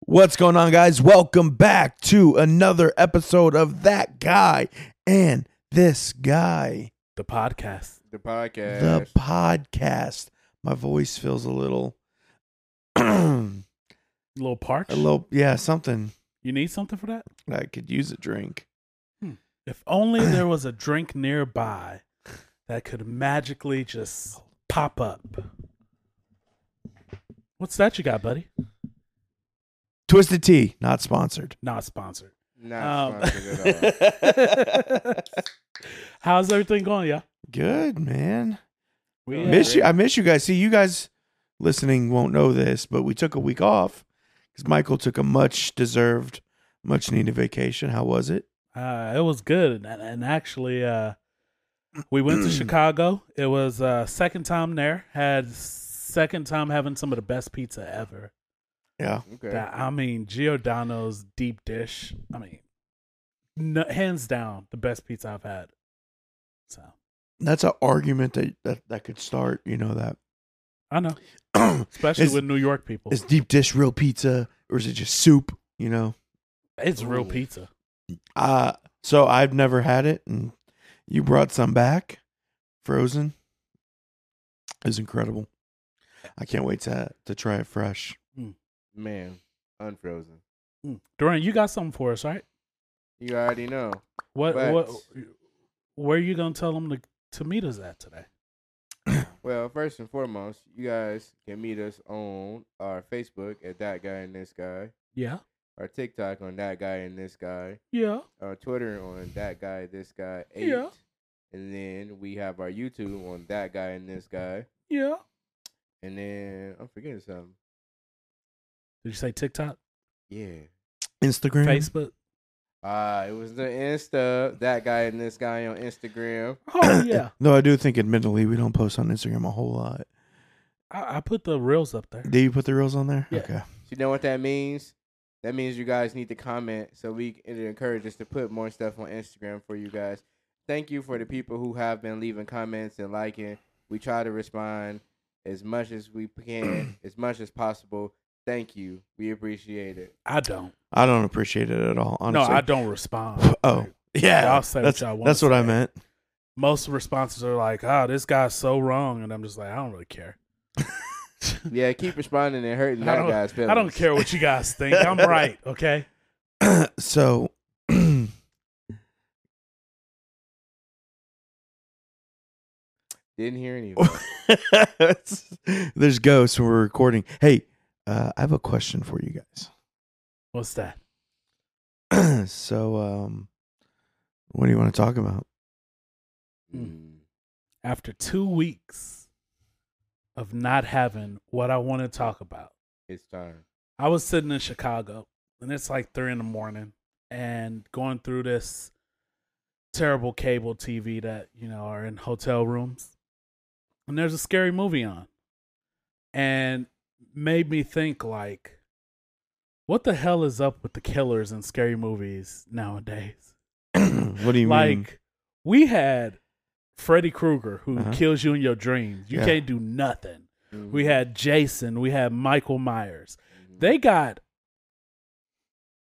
What's going on, guys? Welcome back to another episode of That Guy and This Guy, The podcast. The podcast. the podcast. My voice feels a little, a Little parch. little, yeah, something. You need something for that? I could use a drink. If only there was a drink nearby that could magically just pop up. What's that you got, buddy? Twisted Tea, not sponsored. Not sponsored. Not Um, sponsored at all. How's everything going, yeah? Good man. We, Yeah, Miss you. great. I miss you guys. See, you guys listening won't know this, but we took a week off because Michael took a much deserved, much needed vacation. How was it? Uh, it was good, and, and actually, uh, we went to Chicago. It was uh, second time there. Had second time having some of the best pizza ever. Yeah. Okay. That- I mean, Giordano's deep dish. I mean, no, hands down, the best pizza I've had. So that's an argument that, that that could start. You know I know, that especially Is- with New York people, is it's, deep dish real pizza or is it just soup? You know. real Ooh. pizza. Uh so I've never had it, and you brought some back, frozen. It's incredible. I can't wait to to try it fresh. Man, unfrozen. Mm. Duran, you got something for us, right? You already know. What? What? Facts. Where are you gonna tell them to to meet us at today? Well, first and foremost, you guys can meet us on our Facebook at That Guy and This Guy, Yeah, our TikTok on That Guy and This Guy, yeah, our Twitter on That Guy This Guy Eight, Yeah. and then we have our YouTube on That Guy and This Guy, yeah. and then I'm forgetting something. Did you say TikTok, Yeah. Instagram, Facebook? Uh, it was the Insta, that guy and this guy on Instagram. Oh yeah, Though I do think, admittedly, we don't post on Instagram a whole lot. I, I put the reels up there. Do you put the reels on there? Yeah. Okay. You know what that means? That means you guys need to comment so we c- it encourage us to put more stuff on Instagram for you guys. Thank you for the people who have been leaving comments and liking. We try to respond as much as we can, as much as possible. Thank you. We appreciate it. I don't. I don't appreciate it at all. Honestly. No, I don't respond. Oh, yeah. Y'all say what that's y'all wanna that's what I say. meant. Most responses are like, "Oh, this guy's so wrong," and I'm just like, "I don't really care." Yeah, keep responding and hurting I that don't- guy's feelings. I don't care what you guys think. I'm right, okay? so Didn't hear any. of it. there's ghosts when we're recording. Hey, uh, I have a question for you What's that? guys. so, um, what do you want to talk about? Mm. After two weeks of not having what I want to talk about, It's time. I was sitting in Chicago and it's like three in the morning and going through this terrible cable TV that, you know, are in hotel rooms. And there's a scary movie on. And made me think like, what the hell is up with the killers in scary movies nowadays? what do you mean? like we had Freddy Krueger who Uh-huh. kills you in your dreams. You Yeah. can't do nothing. Mm. We had Jason, we had Michael Myers. Mhm. They got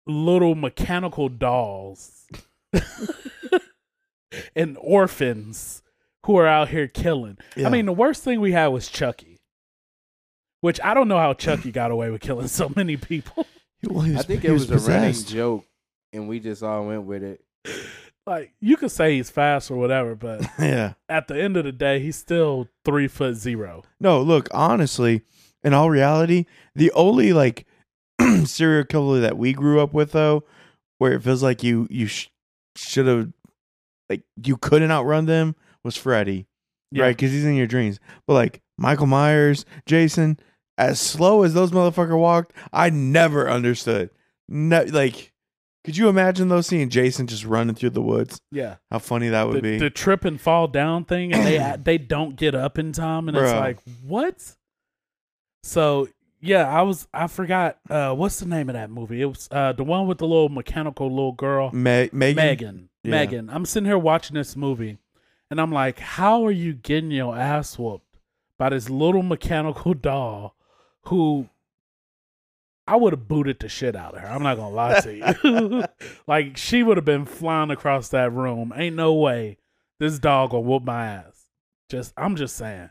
little mechanical dolls and orphans who are out here killing. Yeah. I mean, the worst thing we had was Chucky. Which I don't know how Chucky got away with killing so many people. Well, he I was- think he it was, a running possessed. joke, and we just all went with it. Like you could say he's fast or whatever, but Yeah. at the end of the day, he's still three foot zero. No, look, honestly, in all reality, the only like serial killer that we grew up with, though, where it feels like you you sh- should have like you couldn't outrun them was Freddy, Yeah. right? Because he's in your dreams. But like Michael Myers, Jason, as slow as those motherfucker walked, I never understood. No, like, could you imagine though seeing Jason just running through the woods? Yeah, How funny that would the, be. the trip and fall down thing, and they they don't get up in time, and it's Bruh. like what? So yeah, I was I forgot uh, what's the name of that movie? It was uh, the one with the little mechanical little girl, Me- Megan, Megan. Yeah. Megan. I'm sitting here watching this movie, and I'm like, how are you getting your ass whooped by this little mechanical doll who I would have booted the shit out of her. I'm not gonna lie to you. like she would have been flying across that room. Ain't no way this dog will whoop my ass. Just I'm just saying.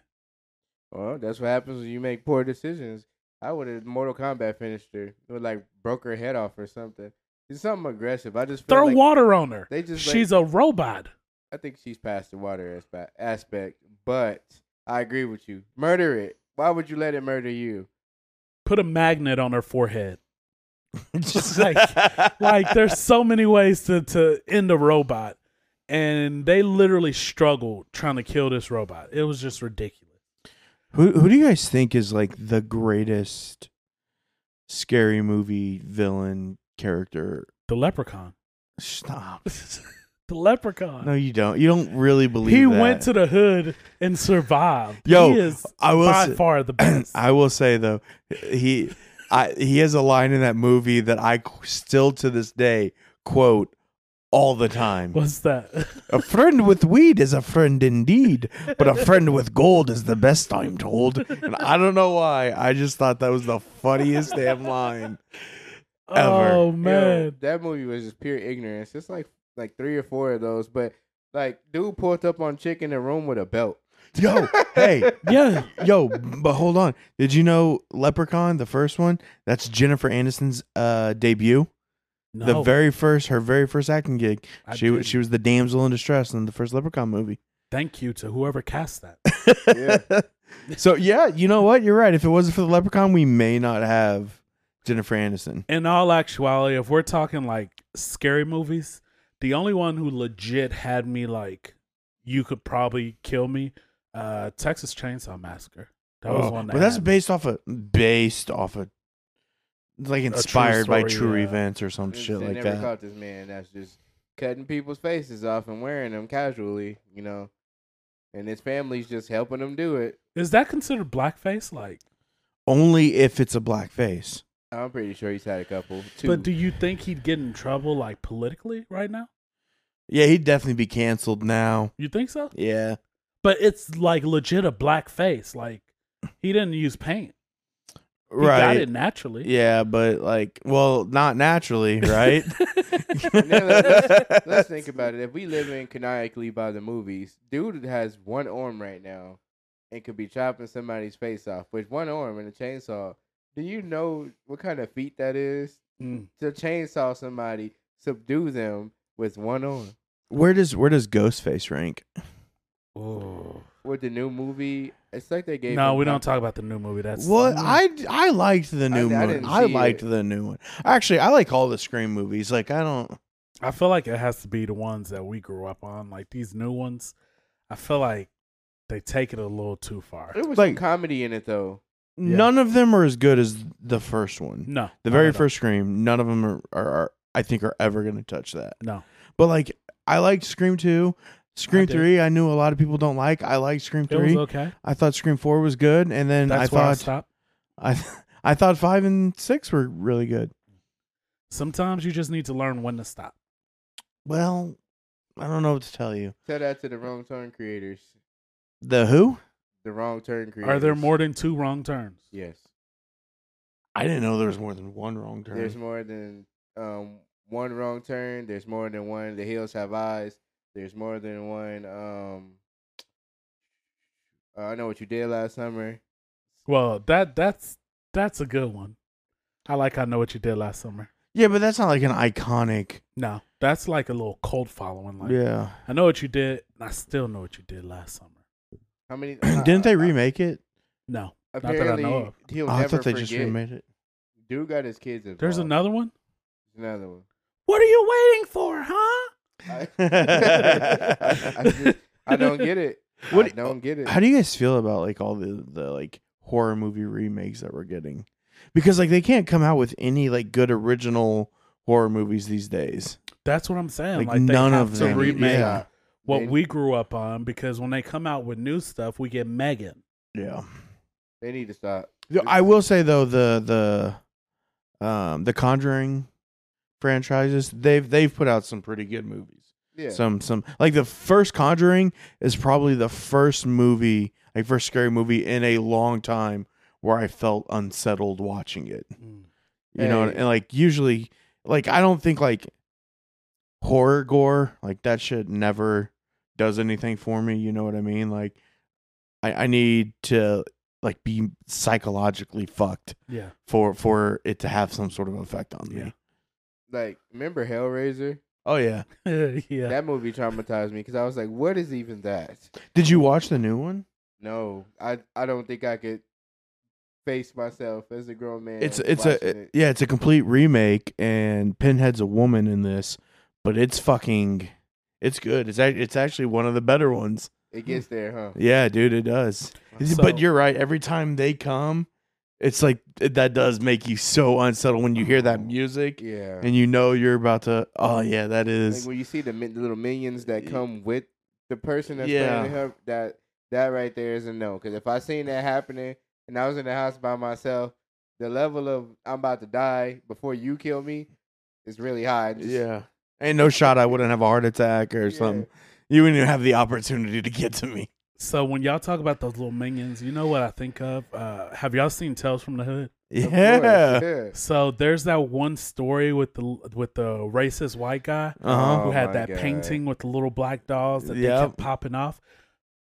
Well, that's what happens when you make poor decisions. I would have Mortal Kombat finished her. It would like broke her head off or something. It's something aggressive. I just feel Throw like water on her. They just like, She's a robot. I think she's past the water aspe- aspect, but I agree with you. Murder it. Why would you let it murder you? Put a magnet on her forehead. Just like- Like there's so many ways to to end a robot, and they literally struggled trying to kill this robot. It was just ridiculous. who who do you guys think is like the greatest scary movie villain character? The leprechaun. Stop. the leprechaun. No, you don't. You don't really believe he that. went to the hood and survived. Yo, he is I will by say- far the best. I will say though, he I he has a line in that movie that I qu- still to this day quote all the time. What's that? A friend with weed is a friend indeed, but a friend with gold is the best I'm told. And I don't know why. I just thought that was the funniest damn line. Ever. Oh Yo, man, that movie was just pure ignorance. It's like like three or four of those, but like dude pulled up on chick in the room with a belt. Yo, hey, yeah. yo, but hold on. Did you know Leprechaun, the first one? That's Jennifer Aniston's uh debut. The No, very first her very first acting gig. I she wa- didn't. she was the damsel in distress in the first Leprechaun movie. Thank you to whoever cast that. Yeah. so yeah, you know what? You're right. If it wasn't for the Leprechaun, we may not have Jennifer Aniston. In all actuality, if we're talking like scary movies, the only one who legit had me like, you could probably kill me, uh, Texas Chainsaw Massacre. That was Oh, one. That but that's had me. based off a based off a like true inspired by story, true yeah. events or some They shit like never that. caught this man that's just cutting people's faces off and wearing them casually, you know. And his family's just helping him do it. Is that considered blackface? Like, Only if it's a black face. I'm pretty sure he's had a couple. Two. but do you think he'd get in trouble like politically right now? Yeah, he'd definitely be canceled now. You think so? Yeah. But it's like legit a black face. Like he didn't use paint. He got right. it naturally. Yeah, but like, well, not naturally, right? Now, let's, let's- let's think about it. If we live in canonically by the movies, dude has one arm right now and could be chopping somebody's face off with one arm and a chainsaw. Do you know what kind of feat that is? Mm. To chainsaw somebody, subdue them with one arm. Where does where does Ghostface rank? With the new movie, it's like they gave. No, him we con- don't talk about the new movie. That's Well, I I liked the I new one. didn't I see liked it. the new one. Actually, I like all the Scream movies. Like, I don't. I feel like it has to be the ones that we grew up on. Like these new ones, I feel like they take it a little too far. There was some Like- comedy in it though. Yeah. None of them are as good as the first one. No, The not very at all. first Scream. None of them are, are, are I think are ever going to touch that. No, But like, I liked Scream two, Scream I did. three. I knew a lot of people don't like. I liked Scream it was three. okay. I thought Scream four was good, and then That's I where I thought stopped. I I thought five and six were really good. Sometimes you just need to learn when to stop. Well, I don't know what to tell you. Tell that to the wrong turn creators. The who? The wrong turn creators. Are there more than two wrong turns? Yes. I didn't know there was more than one wrong turn. There's more than um, one wrong turn. There's more than one. The hills have eyes. There's more than one. Um, uh, I know what you did last summer. Well, that that's that's a good one. I like. I know what you did last summer. yeah, but that's not like an iconic. No, that's like a little cult following. Like, yeah. I know what you did, and I still know what you did last summer. How many? Didn't I- I- they remake it? No, that I know Apparently, of. he'll Oh, never I thought they forget. just remade it. Dude got his kids involved. there's another one. Another one. What are you waiting for, huh? I, I just- I don't get it. I What- don't get it. How do you guys feel about like all the the like horror movie remakes that we're getting? Because like they can't come out with any like good original horror movies these days. That's what I'm saying. Like, Like, they none have of to them. remake Yeah. what They- we grew up on because when they come out with new stuff, we get Megan. Yeah. They need to stop. Yo, I will say though the the um the Conjuring franchises they've they've put out some pretty good movies. Yeah. Some some like the first Conjuring is probably the first movie, like first Mm. scary movie in a long time where I felt unsettled watching it. You know, Hey. and like usually, like I don't think like horror gore like that shit never does anything for me. You know what I mean? Like I, I need to like be psychologically fucked Yeah. for for it to have some sort of effect on me. Yeah. Like, remember Hellraiser? Oh yeah. yeah. That movie traumatized me because I was like, "What is even that?" Did you watch the new one? No, I I don't think I could face myself as a grown man. it's it's a watching it. yeah, it's a complete remake, and Pinhead's a woman in this, but it's fucking, it's good. It's act- it's actually one of the better ones. It gets there, huh? Yeah, dude, it does. So- but you're right. Every time they come, it's like that does make you so unsettled when you hear that music Oh, Yeah. and you know you're about to. Oh yeah, that Like is. when you see the, min- the little minions that Y- come with the person that's Yeah. playing her, that that right there is a no. Because if I seen that happening and I was in the house by myself, the level of I'm about to die before you kill me is really high. Just- Yeah, ain't no shot. I wouldn't have a heart attack or Yeah. something. You wouldn't even have the opportunity to get to me. So when y'all talk about those little minions, you know what I think of? Uh, have y'all seen Tales from the Hood? Of course, Yeah. yeah. So there's that one story with the with the racist white guy Uh huh. who Oh had my that God. painting with the little black dolls that they Yep. kept popping off.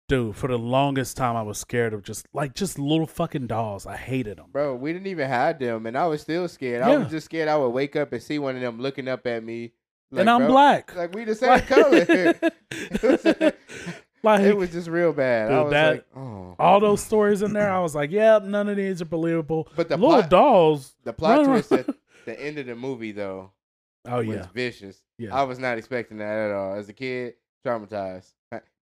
Dude, for the longest time, I was scared of just like just little fucking dolls. I hated them. Bro, we didn't even have them, and I was still scared. I Yeah. was just scared I would wake up and see one of them looking up at me. like, and I'm bro, black. Like we the same color. like, it was just real bad. I Dude, was that- like, oh. all those stories in there, I was like, yep, none of these are believable. But the little plot, dolls. the plot run around- twist at the end of the movie though Oh was yeah, vicious. yeah. I was not expecting that at all. As a kid, traumatized.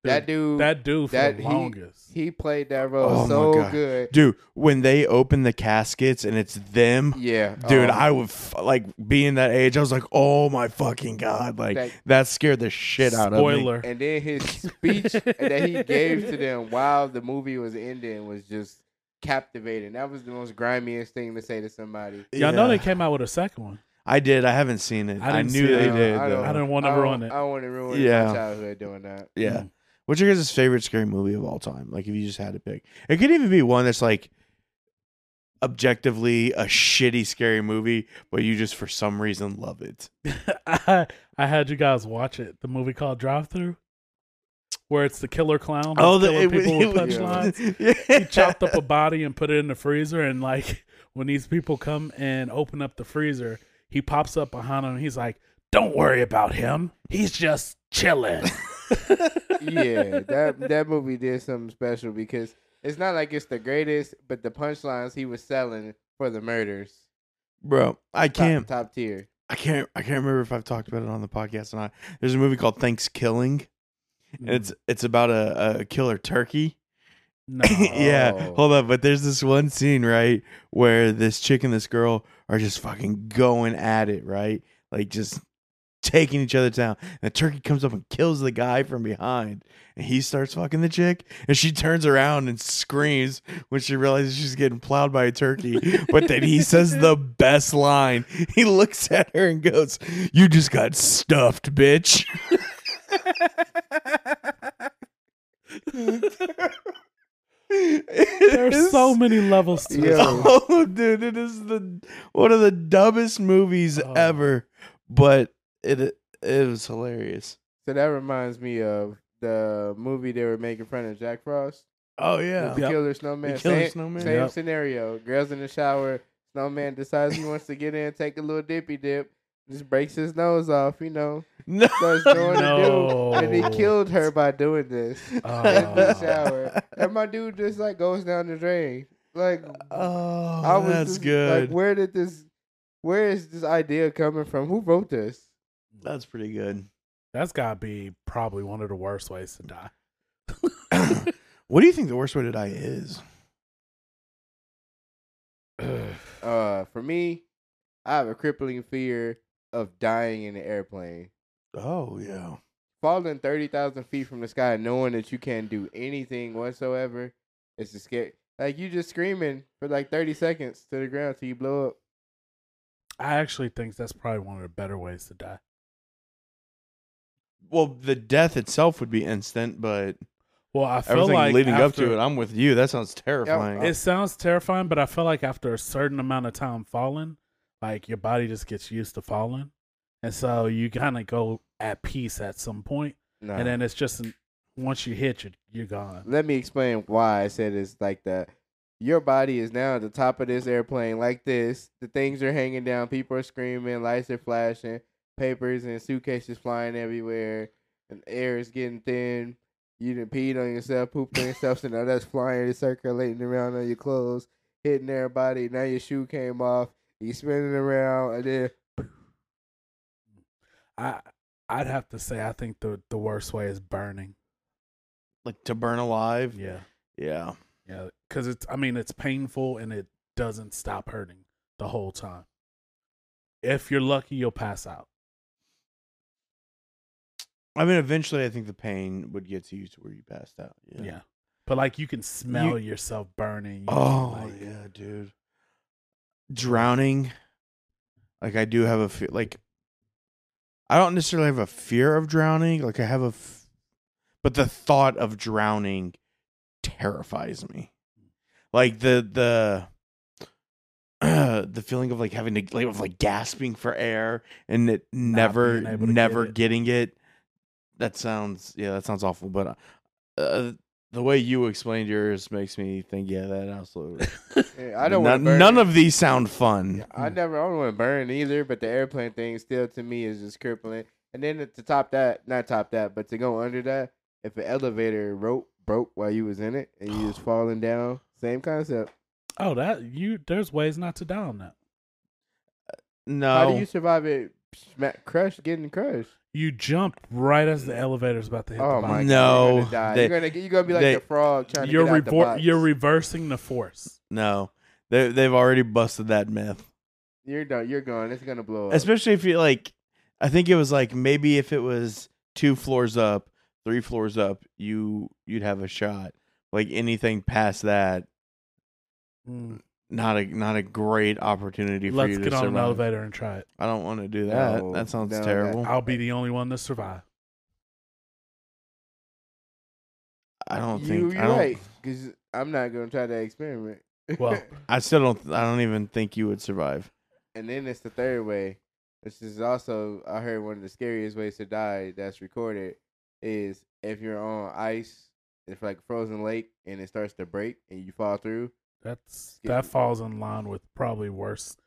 That dude, that dude for that the he- longest. he played that role Oh my so God. good. Dude, when they open the caskets and it's them, Yeah, dude, oh, I would f- like being that age. I was like, oh my fucking god, like That- that scared the shit out of me. Spoiler. And then his speech that he gave to them while the movie was ending was just captivating. That was the most grimiest thing to say to somebody. Y'all know they Yeah. came out with a second one. I did. I haven't seen it. I I, didn't knew see they it. did. I though. don't, I don't wanna I don't- ruin it. I want to ruin my Yeah. childhood doing that. yeah. Mm. What's your guys' favorite scary movie of all time? Like, if you just had to pick, it could even be one that's like objectively a shitty scary movie, but you just for some reason love it. Hmm. I, I had you guys watch it. The movie called Drive Through, where it's the killer clown. Oh, the killing people with it punchlines. yeah. He chopped up a body and put it in the freezer, and like when these people come and open up the freezer, he pops up behind them. He's like, "Don't worry about him. He's just chilling." yeah, that that movie did something special because it's not like it's the greatest, but the punchlines he was selling for the murders, bro. I top, can't. top tier. I can't I can't remember if I've talked about it on the podcast or not. There's a movie called Thanksgiving, Mm-hmm. and it's it's about a, a killer turkey. no. yeah, Oh. hold up. But there's this one scene right where this chick and this girl are just fucking going at it, right? Like just taking each other down. And the turkey comes up and kills the guy from behind, and he starts fucking the chick, and she turns around and screams when she realizes she's getting plowed by a turkey. But then he says the best line. He looks at her and goes, "You just got stuffed, bitch." There's so many levels to this. Yeah. Oh, dude, it is the one of the dumbest movies Oh. ever, but it it was hilarious. So that reminds me of the movie they were making fun of Jack Frost, Oh yeah, the Yep. Killer Snowman. The Killer same, Snowman. Same Yep. scenario: girls in the shower. Snowman decides he wants to get in, take a little dippy dip, just breaks his nose off. You know, no. starts doing No. the dude, and he killed her by doing this. in the Oh. shower, and my dude just like goes down the drain. Like Oh, I was that's just good. Like, where did this? Where is this idea coming from? Who wrote this? that's pretty good. That's gotta be probably one of the worst ways to die. what do you think the worst way to die is? Uh, for me, I have a crippling fear of dying in an airplane, Oh yeah, falling thirty thousand feet from the sky, knowing that you can't do anything whatsoever. It's a scare. Like you just screaming for like thirty seconds to the ground till you blow up. I actually think that's probably one of the better ways to die. well, the death itself would be instant, but Well, I feel everything like leading up after- to it, I'm with you. That sounds terrifying. Yeah, It sounds terrifying, but I feel like after a certain amount of time falling, like your body just gets used to falling, and so you kind of go at peace at some point, No. and then it's just an, once you hit, you're, you're gone. Let me explain why I said it's like that. Your body is now at the top of this airplane, like this. The things are hanging down. People are screaming. Lights are flashing. Papers and suitcases flying everywhere. And air is getting thin. You done peed on yourself, pooped on yourself, so now that's flying and circulating around on your clothes, hitting everybody. Now your shoe came off. You spinning around, and then I I'd have to say I think the the worst way is burning. like to burn alive. Yeah, Yeah. yeah, because it's I mean it's painful and it doesn't stop hurting the whole time. If you're lucky, you'll pass out. I mean, eventually, I think the pain would get to you to where you passed out. Yeah. But like you can smell yourself burning. You can, Oh like- yeah, dude. Drowning. Like I do have a fear. Like I don't necessarily have a fear of drowning. Like I have a, f- but the thought of drowning terrifies me. Like the the. the feeling of like having to like of like gasping for air and it never being able to never get it. getting it that sounds yeah that sounds awful but uh, uh, the way you explained yours makes me think, yeah, that absolutely. Yeah, I don't want none, none of these sound fun. Yeah, Mm-hmm. I never, I don't want to burn either, but the airplane thing still to me is just crippling. And then to top that, not top that, but to go under that, if an elevator rope broke while you was in it and you was falling down, same concept. Oh, that you. There's ways not to die on that. No, How do you survive it? Smack, crush, getting crushed. You jump right as the elevator's about to hit Oh the my bottom. God. No, god! they- You're gonna die. you're gonna get- you're gonna be like they- the frog trying to You're get out the revor- box. you're reversing the force. no. They they've already busted that myth. you're done. You're gone. It's gonna blow up. Especially if you like, I think it was like maybe if it was two floors up, three floors up, you you'd have a shot. Like anything past that, Mm. not a not a great opportunity for Let's you to get on an survive. elevator and try it. I don't want to do that. No, that sounds no, that- terrible. I'll be the only one to survive. I don't you, think. You're I don't, right. Because I'm not gonna try that experiment. Well, I still don't. I don't even think you would survive. And then it's the third way, which is also I heard one of the scariest ways to die that's recorded is if you're on ice, it's like a frozen lake and it starts to break and you fall through. that's Yeah. that falls in line with probably worse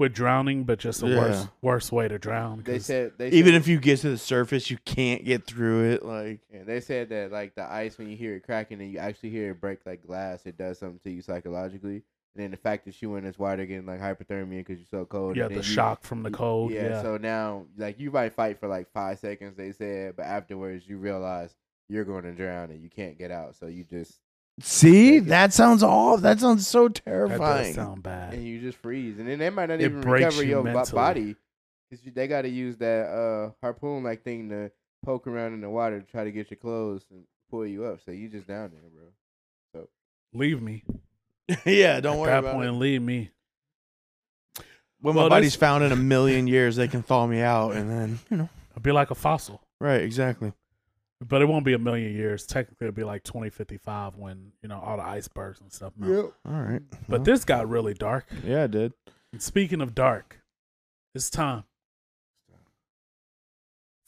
with drowning, but just a worse Yeah. worse way to drown. They 'cause said they even said, if you get to the surface, you can't get through it. Like, yeah, they said that like the ice when you hear it cracking and you actually hear it break like glass, it does something to you psychologically. And then the fact that you in this water getting like hypothermia because you're so cold. yeah, and the then you- shock from the cold. Yeah, Yeah, So now, like, you might fight for like five seconds, they said, but afterwards you realize you're going to drown and you can't get out. So you just see, that sounds off. That sounds so that does terrifying. sound bad. and you just freeze, and then they might not It even breaks recover you your bo- mentally. body because they got to use that uh, harpoon like thing to poke around in the water to try to get your clothes and pull you up. So you just down there, bro. Leave me. yeah, don't At worry that about point, it. leave me. When Well, my body's that's- found in a million years, they can thaw me out, and then you know, I'll be like a fossil. right? Exactly. But it won't be a million years. Technically, it'll be like 2055 when you know all the icebergs and stuff melt. Yep. All right. But Well, this got really dark. yeah, I did. And speaking of dark, it's time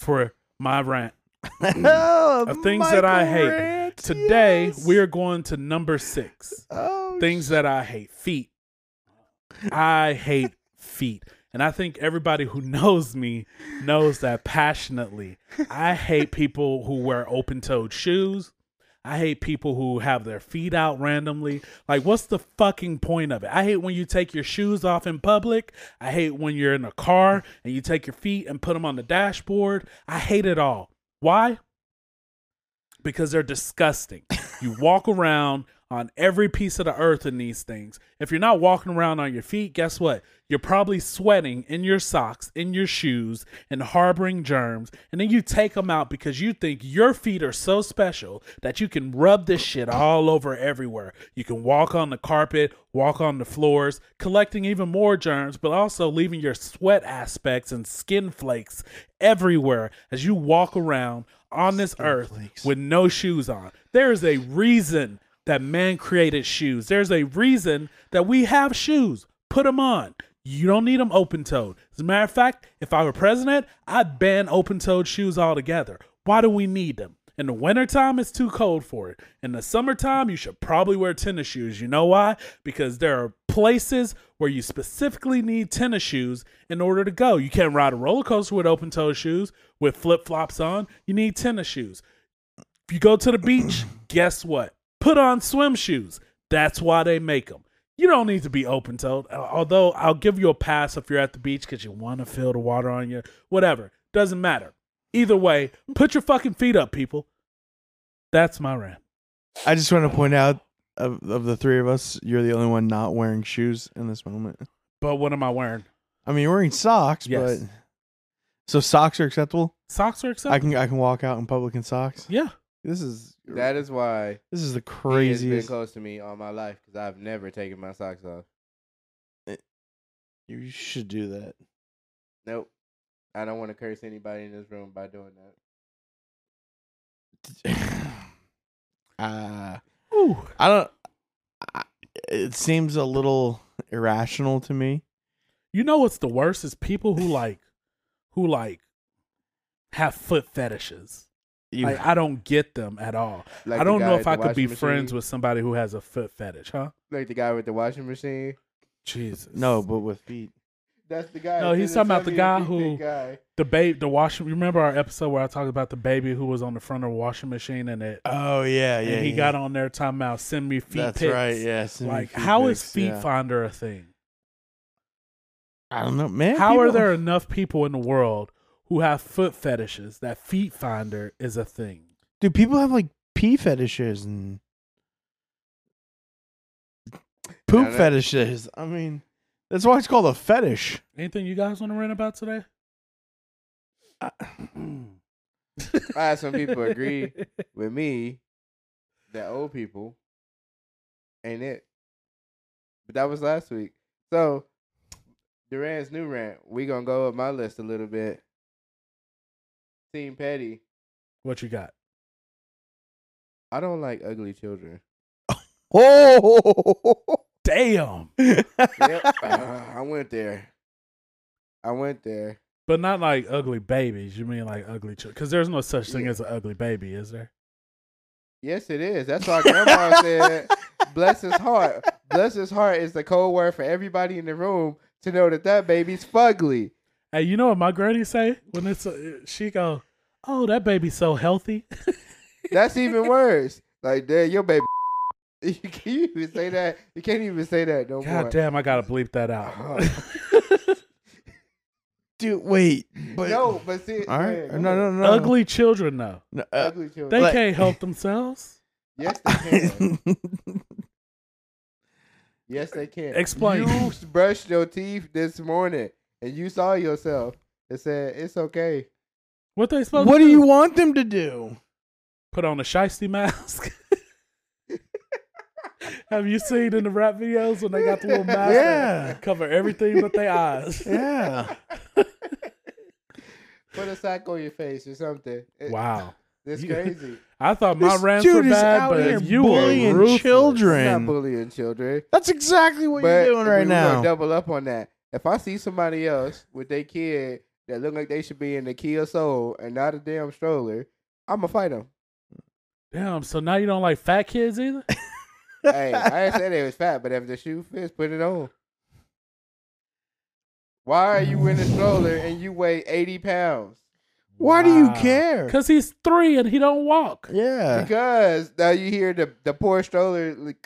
for my rant. the things that I hate. Today we are going to number six. oh, Things that I hate. Feet. I hate feet. And I think everybody who knows me knows that passionately. I hate people who wear open toed shoes. I hate people who have their feet out randomly. Like, what's the fucking point of it? I hate when you take your shoes off in public. I hate when you're in a car and you take your feet and put them on the dashboard. I hate it all. Why? Because they're disgusting. You walk around on every piece of the earth in these things. If you're not walking around on your feet, guess what? You're probably sweating in your socks, in your shoes, and harboring germs. And then you take them out because you think your feet are so special that you can rub this shit all over everywhere. You can walk on the carpet, walk on the floors, collecting even more germs, but also leaving your sweat aspects and skin flakes everywhere as you walk around on this earth flakes. with no shoes on. There is a reason that man created shoes. There's a reason that we have shoes. Put them on. You don't need them open toed. As a matter of fact, if I were president, I'd ban open toed shoes altogether. Why do we need them? In the wintertime, it's too cold for it. In the summertime, you should probably wear tennis shoes. You know why? Because there are places where you specifically need tennis shoes in order to go. You can't ride a roller coaster with open toed shoes, with flip flops on. You need tennis shoes. If you go to the beach, guess what? Put on swim shoes. That's why they make them. You don't need to be open toed. Although I'll give you a pass if you're at the beach because you want to feel the water on you. Whatever. Doesn't matter. Either way, put your fucking feet up, people. That's my rant. I just want to point out of, of the three of us, you're the only one not wearing shoes in this moment. But what am I wearing? I mean, you're wearing socks, Yes. but so socks are acceptable. Socks are I acceptable. can I can walk out in public in socks. yeah. This is That is why this is the crazy. He's been craziest. close to me all my life because I've never taken my socks off. You should do that. Nope. I don't want to curse anybody in this room by doing that. uh, Ooh. I don't. I, it seems a little irrational to me. You know what's the worst is people who like, who like, have foot fetishes. You, Like I don't get them at all. Like I the don't guy know at if the I could be washing friends machine- with somebody who has a foot fetish, huh? like the guy with the washing machine. Jesus. no, but with feet. That's the guy. No, he's talking about the 170 guy feet who- big guy. the babe, the washing. Remember our episode where I talked about the baby who was on the front of a washing machine and it, Oh yeah, and yeah. he yeah. got on there talking about send me feet. That's pics." right. Yeah. send me Like, how is pics, Feet yeah. Finder a thing? I don't know, man. How are people- there enough people in the world who have foot fetishes that Feet Finder is a thing? Dude, people have like pee fetishes and poop Yeah, that- fetishes. I mean, that's why it's called a fetish. Anything you guys want to rant about today? Ah. I had some people agree with me that old people ain't it. But that was last week. So Duran's new rant. We gonna go up my list a little bit. Team Petty. What you got? I don't like ugly children. Oh, Damn. Yep. I went there. I went there. But not like ugly babies. You mean like ugly children? Because there's no such thing Yeah. as an ugly baby, is there? Yes, it is. That's why grandma said, bless his heart. Bless his heart is the code word for everybody in the room to know that that baby's fugly. Hey, you know what my granny say when it's uh, she go, "Oh, that baby's so healthy." That's even worse. Like, damn, your baby. You can't even say that. You can't even say that no more. God damn, I gotta bleep that out. Uh-huh. dude, wait, but no, but see, all right, man, no, no, no, Ugly children, though, No, uh, ugly they children. Like- can't help themselves. yes, they can. Yes, they can. Explain. You brushed your teeth this morning, and you saw yourself. It said it's okay. What they supposed what to do you want them to do? put on a shiesty mask? Have you seen in the rap videos when they got the little mask Yeah. that cover everything but their eyes? Yeah, Put a sack on your face or something. It- Wow, it's You- crazy. I thought my This rants dude were is bad, out here but you were bullying ruthless. children. It's Brand. not bullying children. that's exactly what but you're doing we right were now. gonna double up on that. If I see somebody else with their kid that look like they should be in the Kia Soul and not a damn stroller, I'm gonna fight them. Damn, so now you don't like fat kids either? hey, I didn't say they was fat, but if the shoe fits, put it on. Why are you in a stroller and you weigh 80 pounds? Why do you Wow. care? Cause he's three and he don't walk. Yeah, Because now you hear the, the poor stroller like,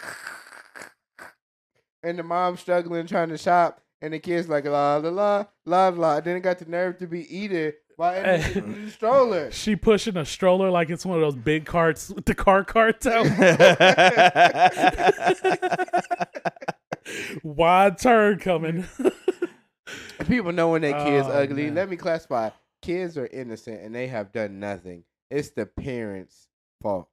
and the mom struggling trying to shop and the kids like la la la la la. Then it got the nerve to be eaten by Hey. a stroller. She pushing a stroller like it's one of those big carts with the car carts out. Wide turn coming. People know when their kids Oh, ugly. man. Let me classify. Kids are innocent and they have done nothing. It's the parents' fault.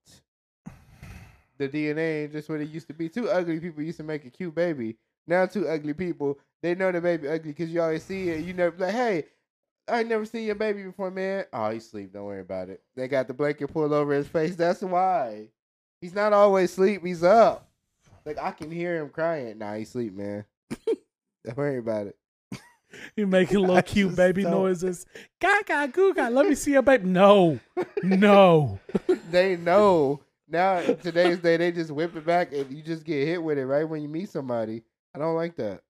The DNA ain't just what it used to be. Two ugly people used to make a cute baby. Now two ugly people, they know the baby ugly because you always see it. You never like, hey, I ain't never seen your baby before, man. Oh, he sleep. Don't worry about it. They got the blanket pulled over his face. That's why. He's not always sleep. He's up. Like I can hear him crying. Nah, he sleep, man. Don't worry about it. He making I little cute just baby don't- noises. Gaga googa. Let me see your baby. No, no. they know now in today's day they just whip it back and you just get hit with it right when you meet somebody. I don't like that.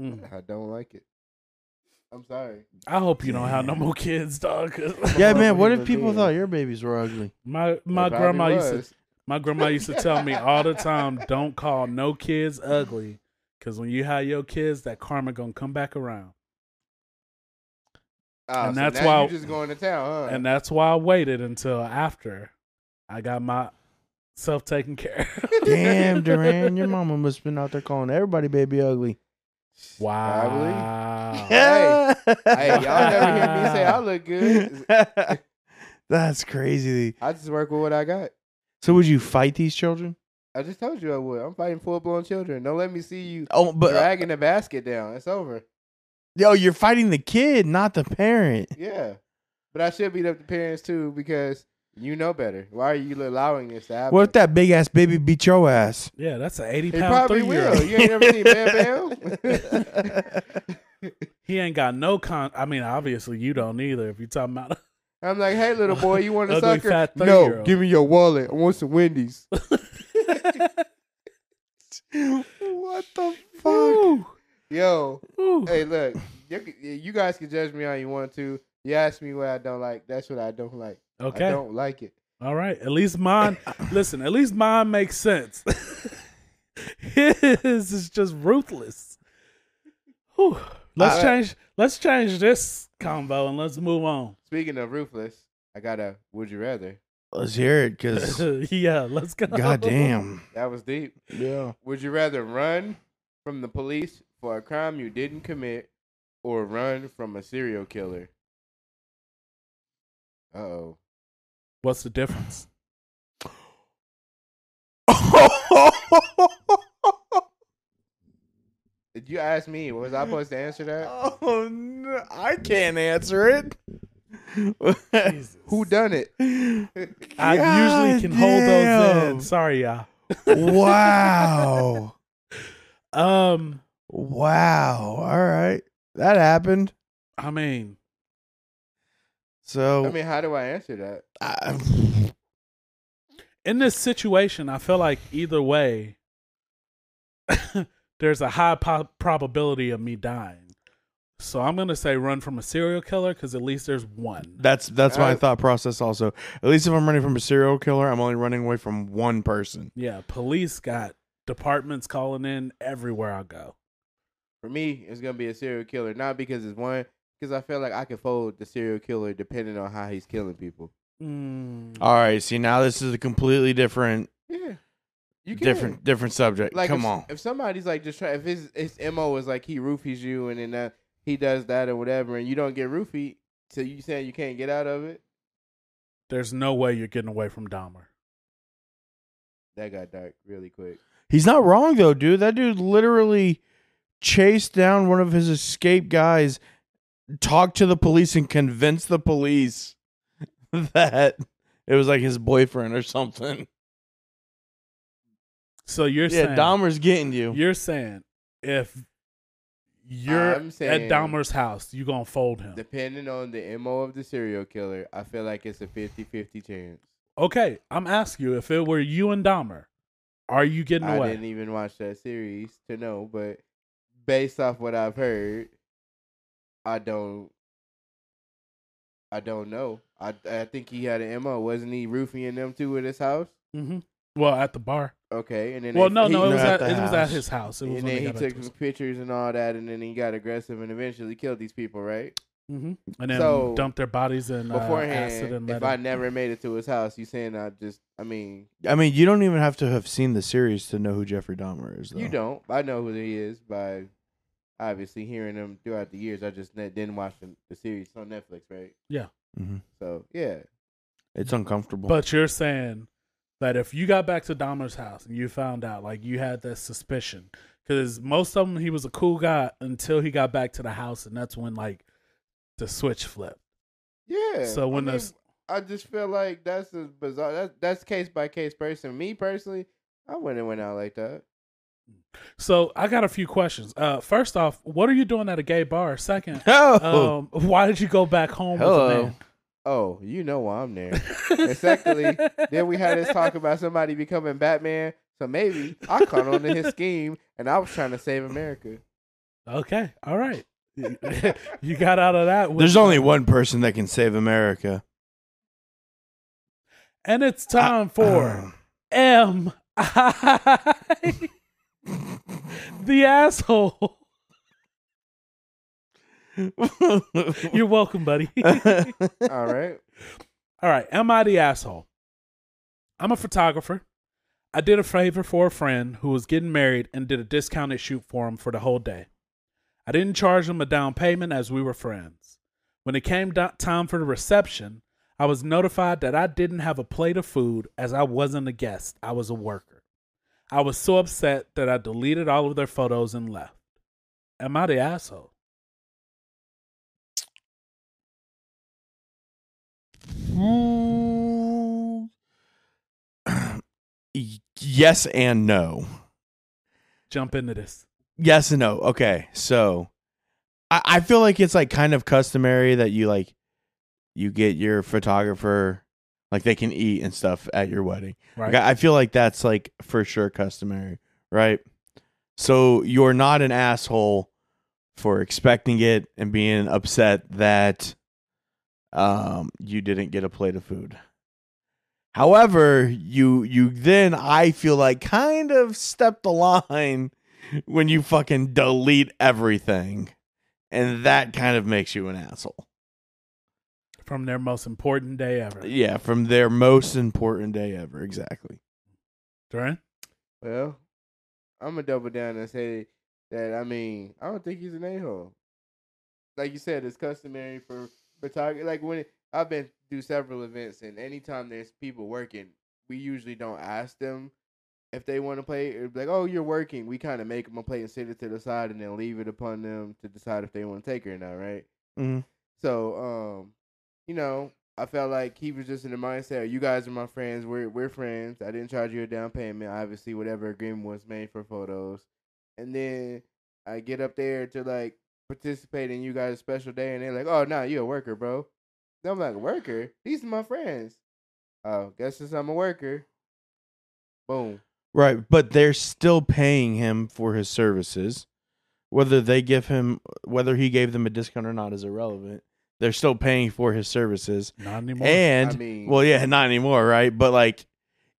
Mm. I don't like it. I'm sorry. I hope you don't have no more kids, dog. 'cause Yeah, What man. we What if gonna people do? thought your babies were ugly? My my It probably grandma used to was. My grandma used to tell me all the time, "Don't call no kids ugly, because when you have your kids, that karma gonna come back around." Oh, and so that's now why- you just going to town, huh? And that's why I waited until after I got my self taken care. of. Damn, Duran, your mama must have been out there calling everybody baby ugly. Probably. Wow. Hey. Hey, y'all never hear me say I look good. That's crazy. I just work with what I got. So would you fight these children? I just told you I would. I'm fighting full blown children. Don't let me see you Oh, but dragging the basket down. It's over. yo, you're fighting the kid, not the parent. Yeah. But I should beat up the parents too because you know better. Why are you allowing this to happen? What if that big ass baby beat your ass? Yeah, that's an eighty He pound probably three year will. old. You ain't never seen Bam Bam? He ain't got no con. I mean, obviously you don't either. If you're talking about, I'm like, hey, little boy, you want a Ugly sucker? fat No, three-year-old. give me your wallet. I want some Wendy's. what the Ooh, Yo, ooh. hey, look, you, c- you guys can judge me how you want to. You ask me what I don't like. That's what I don't like. I okay, don't like it. all right. At least mine. listen, at least mine makes sense. His is just ruthless. Whew. Let's I- change. Let's change this combo and let's move on. Speaking of ruthless, I got a would you rather. Let's hear it, cause yeah, let's go. goddamn. That was deep. Yeah. Would you rather run from the police for a crime you didn't commit or run from a serial killer? Uh oh. What's the difference? oh Did you ask me? Was I supposed to answer that? Oh. no, I can't answer it. Jesus. Who done it? I usually can hold those in. Goddamn. Sorry, y'all. wow. Um, Wow. All right. That happened. I mean, So I mean, how do I answer that? I- in this situation, I feel like either way, there's a high po- probability of me dying. So I'm gonna say run from a serial killer because at least there's one. that's that's my Uh, thought process also. At least if I'm running from a serial killer, I'm only running away from one person. Yeah, police got departments calling in everywhere I go. For me, it's gonna be a serial killer, not because it's one, because I feel like I can fold the serial killer depending on how he's killing people. Mm. All right, see now this is a completely different Yeah, you can. different different subject. Like, Come if, on. if somebody's like just trying, if his his mo is like he roofies you and then uh, he does that or whatever, and you don't get roofied, so you saying you can't get out of it? There's no way you're getting away from Dahmer. That got dark really quick. He's not wrong though, dude. That dude literally chased down one of his escaped guys, talked to the police, and convinced the police that it was like his boyfriend or something. So you're yeah, saying Dahmer's getting you. you're saying if you're I'm saying- at Dahmer's house, you gonna fold him. Depending on the mo of the serial killer, I feel like it's a 50-50 chance. Okay, I'm asking you if it were you and Dahmer, are you getting I away? didn't even watch that series to know, but based off what I've heard, I don't. I don't know. I I think he had an MO. Wasn't he roofing them too at his house? hmm Well, at the bar. Okay, and then well, they- no, he- no, it No, was at at, the it was at house. his house. It was when and then they he got back took to his- some pictures and all that, and then he got aggressive and eventually killed these people, right? Mhm. and then So, dumped their bodies in uh, acid Beforehand, and if let I him- never made it to his house, you saying I just? I mean, I mean, you don't even have to have seen the series to know who Jeffrey Dahmer is. Though. you don't. I know who he is by obviously hearing him throughout the years. I just ne- didn't watch the, the series It's on Netflix, right? hmm So yeah, It's uncomfortable. But you're saying that if you got back to Dahmer's house and you found out, like you had that suspicion, because most of them he was a cool guy until he got back to the house, and that's when like the switch flipped. yeah. So when I mean, those- I just feel like that's a bizarre. That's that's case by case person. Me personally, I wouldn't have went out like that. So I got a few questions. Uh, first off, what are you doing at a gay bar? Second, Oh, um, why did you go back home with a Hello. man? Oh, you know why I'm there. And secondly, then we had this talk about somebody becoming Batman. So maybe I caught on to his scheme and I was trying to save America. Okay, all right. you got out of that. with- there's only one person that can save America. and it's time for Um, M I the asshole. You're welcome, buddy. All right. All right, am I the asshole? I'm a photographer. I did a favor for a friend who was getting married and did a discounted shoot for him for the whole day. I didn't charge him a down payment as we were friends. When it came do- time for the reception, I was notified that I didn't have a plate of food as I wasn't a guest, I was a worker. I was so upset that I deleted all of their photos and left. Am I the asshole? yes and no. Jump into this. Yes and no. Okay, so I, I feel like it's like kind of customary that you like you get your photographer like they can eat and stuff at your wedding. Right. Like, I feel like that's like for sure customary, right? So you're not an asshole for expecting it and being upset that um you didn't get a plate of food. However, you you then I feel like kind of stepped the line when you fucking delete everything. And that kind of makes you an asshole. From their most important day ever. Yeah, from their most important day ever. Exactly. Duran? Well, I'm gonna double down and say that I mean I don't think he's an a-hole. Like you said, it's customary for photography. Like when I've been through several events, and anytime there's people working, we usually don't ask them if they want to play. It'd be like, oh, you're working. We kind of make them a plate and sit it to the side, and then leave it upon them to decide if they want to take it or not. Right. Mhm. So, um, you know, I felt like he was just in the mindset, you guys are my friends, we're we're friends. I didn't charge you a down payment, obviously whatever agreement was made for photos. And then I get up there to like participate in you guys' special day and they're like, Oh nah, you a worker, bro. And I'm like, Worker? These are my friends. Oh, guess since I'm a worker. Boom. Right, but they're still paying him for his services. Whether they give him whether he gave them a discount or not is irrelevant. They're still paying for his services. Not anymore. And I mean well, yeah, not anymore, right? But like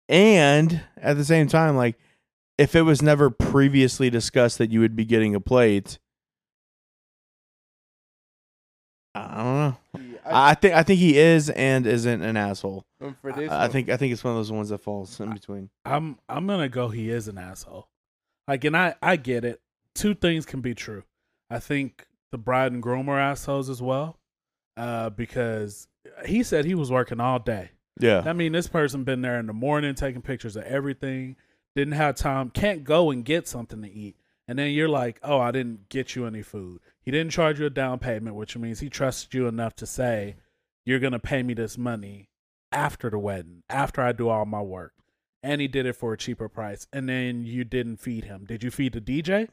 and at the same time like if it was never previously discussed that you would be getting a plate I don't know. yeah, I, I think I think he is and isn't an asshole. um, for this I, I one- think I think it's one of those ones that falls in between. I'm I'm gonna go. He is an asshole. Like, and I I get it. Two things can be true. I think the bride and groom are assholes as well, uh, because he said he was working all day. Yeah. I mean, this person been there in the morning taking pictures of everything. Didn't have time. Can't go and get something to eat. And then you're like, oh, I didn't get you any food. He didn't charge you a down payment, which means he trusted you enough to say, you're gonna pay me this money after the wedding, after I do all my work. And he did it for a cheaper price. And then you didn't feed him. Did you feed the DJ?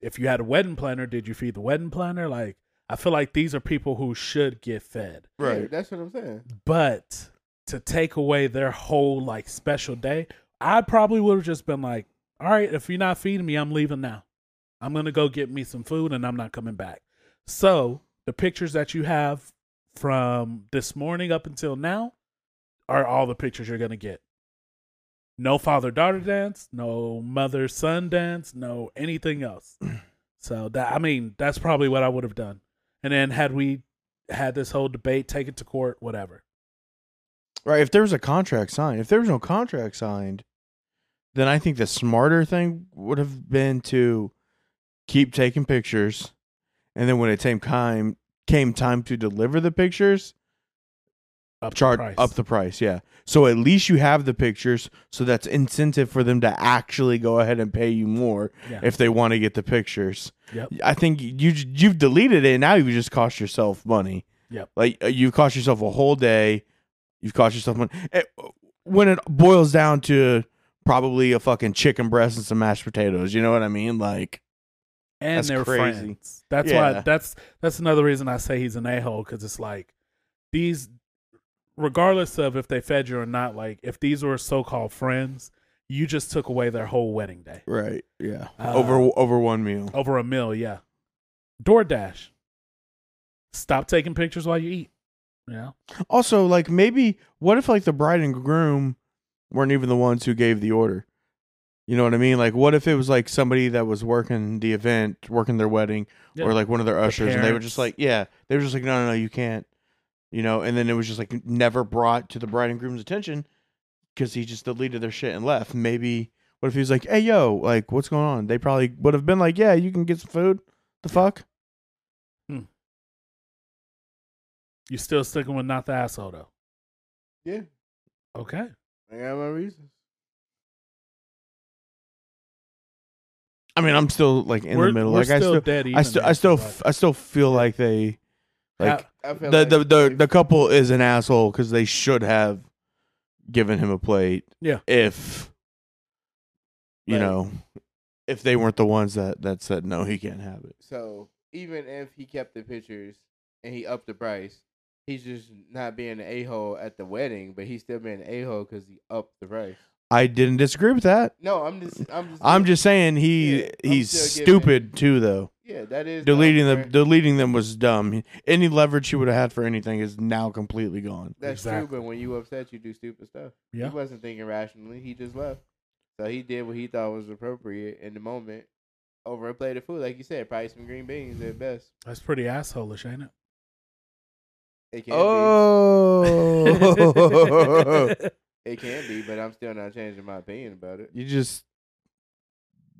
If you had a wedding planner, did you feed the wedding planner? Like, I feel like these are people who should get fed yeah, Right. that's what I'm saying. but to take away their whole like special day, I probably would have just been like, "All right, if you're not feeding me, I'm leaving now. I'm gonna go get me some food, and I'm not coming back." So the pictures that you have from this morning up until now are all the pictures you're gonna get. No father daughter dance, no mother son dance, no anything else. So that I mean, that's probably what I would have done. And then had we had this whole debate, take it to court, whatever. Right. If there was a contract signed, if there was no contract signed, then I think the smarter thing would have been to keep taking pictures, and then when it came time came time to deliver the pictures, Up charge the price. up the price. Yeah. So at least you have the pictures, so that's incentive for them to actually go ahead and pay you more yeah. if they want to get the pictures. Yep. I think you you've deleted it and now you just cost yourself money. Yep. Like uh, you've cost Eh, yourself a whole day. You've cost yourself money. It- when it boils down to probably a fucking chicken breast and some mashed potatoes. You know what I mean? Like, and That's they're crazy. friends. That's why Yeah. that's that's another reason I say he's an a hole because it's like these, regardless of if they fed you or not, like if these were so called friends, you just took away their whole wedding day right? Yeah. Uh, over over one meal. over a meal. Yeah, DoorDash. Stop taking pictures while you eat. You know, Also, like maybe what if like the bride and groom weren't even the ones who gave the order? You know what I mean? Like what if it was like somebody that was working the event, working their wedding, Yeah. or like one of their ushers and they were parents. just like, Yeah. They were just like, No, no, no, you can't. You know, and then it was just like never brought to the bride and groom's attention because he just deleted their shit and left. Maybe what if he was like, Hey yo, like what's going on? They probably would have been like, Yeah, you can get some food. The fuck? you still sticking with not the asshole though. Yeah, Okay. I got my reasons. I mean, I'm still like in We're- the middle. we're like I still still dead even I still, I after, still, like- f- I still feel like they, like How- I feel the, like the the if- the couple is an asshole because they should have given him a plate. Yeah. If you Like- know, if they weren't the ones that that said no, he can't have it. So even if he kept the pictures and he upped the price, he's just not being an a hole at the wedding, but he's still being an a hole because he upped the price. I didn't disagree with that. No, I'm just, I'm just, I'm just saying he Yeah, I'm he's still giving- stupid too though. yeah, that is the Deleting upper- them deleting them was dumb. Any leverage he would have had for anything is now completely gone. That's Exactly. true, but when you upset, you do stupid stuff. Yeah. He wasn't thinking rationally. He just left. So he did what he thought was appropriate in the moment over a plate of food. Like you said, probably some green beans at best. That's pretty assholeish, ain't it? It can Oh. be. It can be, but I'm still not changing my opinion about it. you just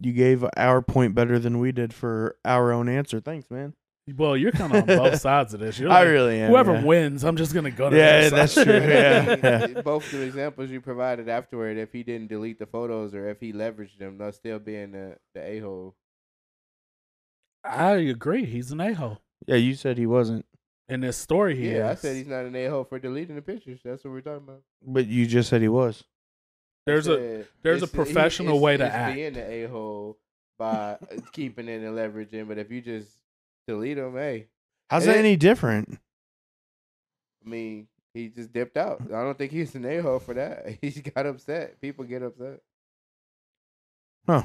you gave our point better than we did for our own answer. Thanks, man. well, you're kind of on both sides of this. You're I like, really am. Whoever yeah. wins, I'm just gonna go to. Yeah, their that's side. true, I yeah. mean, Both the examples you provided afterward, if he didn't delete the photos or if he leveraged them, they'll still be in the, the a hole. I agree. He's an a hole Yeah, you said he wasn't, in this story. He Yeah, I is. said he's not an a hole for deleting the pictures. That's what we're talking about. but you just said he was. there's a said there's a it's- he- professional it's- way to it's act. Being the a hole by uh, keeping it and leveraging, but if you just delete them, hey, How's It- that any different? I mean, he just dipped out. I don't think he's an a hole for that. He got upset. People get upset. Huh.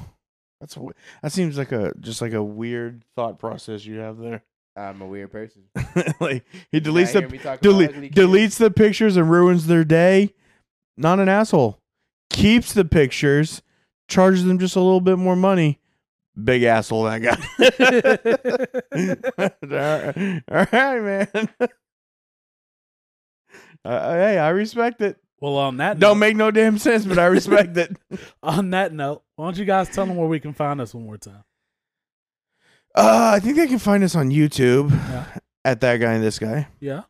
That's w- that seems like a just like a weird thought process you have there. I'm a weird person. like he deletes Now you hear the me talk about ugly delete kids. deletes the pictures and ruins their day. Not an asshole. Keeps the pictures, charges them just a little bit more money. Big asshole that guy. all, right, all right, man. Uh, hey, I respect it. well, on that Don't note, make no damn sense, but I respect it. on that note, why don't you guys tell them where we can find us one more time? Uh, I think they can find us on YouTube Yeah. at that guy and this guy. Yeah,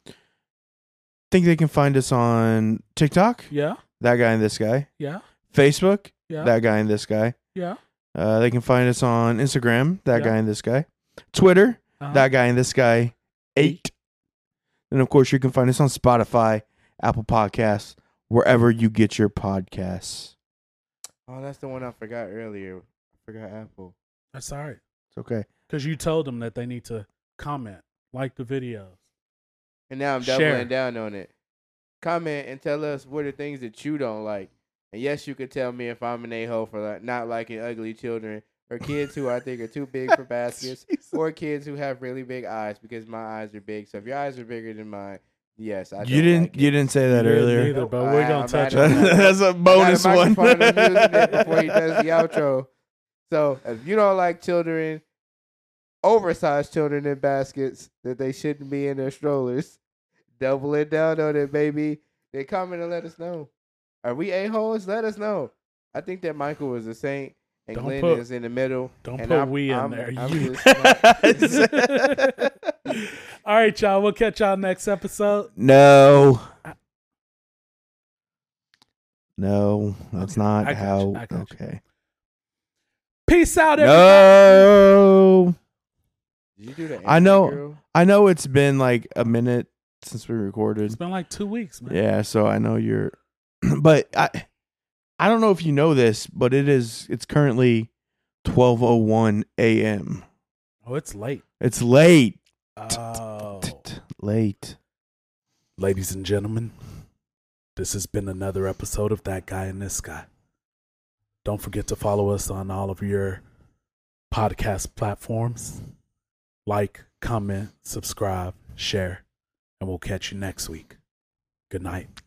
Think they can find us on TikTok, yeah, that guy and this guy. yeah, Facebook, yeah, that guy and this guy. yeah. Uh, they can find us on Instagram, that Yeah. guy and this guy. Twitter, uh-huh. that guy and this guy eight. And of course, you can find us on Spotify, Apple Podcasts, wherever you get your podcasts. Oh, that's the one I forgot earlier. I forgot Apple. That's all right. It's okay. Because Uh, you told them that they need to comment, like the video. And now I'm Share. doubling down on it. Comment and tell us what are things that you don't like. And yes, you could tell me if I'm an a hole for like, not liking ugly children or kids who I think are too big for baskets or kids who have really big eyes because my eyes are big. So if your eyes are bigger than mine, yes, I. You didn't. you didn't say that You didn't earlier. either, but Nope. we're I- gonna I'm touch not on doing that. that. That's a bonus I got a one. microphone, I'm using it before he does the outro. So if you don't like children, oversized children in baskets that they shouldn't be in their strollers, double it down on it, baby. Then comment and let us know. Are we a holes? Let us know. I think that Michael was a saint and Don't Glenn put- is in the middle. Don't and put I'm- we in I'm- there. I'm you. just not- all right, y'all. We'll catch y'all next episode. no. No, that's not I got how. you, I got you. okay. Peace out, everybody. No. Did you do the I Angry know. Girl? I know it's been like a minute since we recorded. It's been like two weeks, man. Yeah, so I know you're, but I, I don't know if you know this, but it is. It's currently twelve oh one a.m. Oh, it's late. It's late, Oh. late. Ladies and gentlemen, this has been another episode of That Guy and This Guy. Don't forget to follow us on all of your podcast platforms. Like, comment, subscribe, share, and we'll catch you next week. Good night.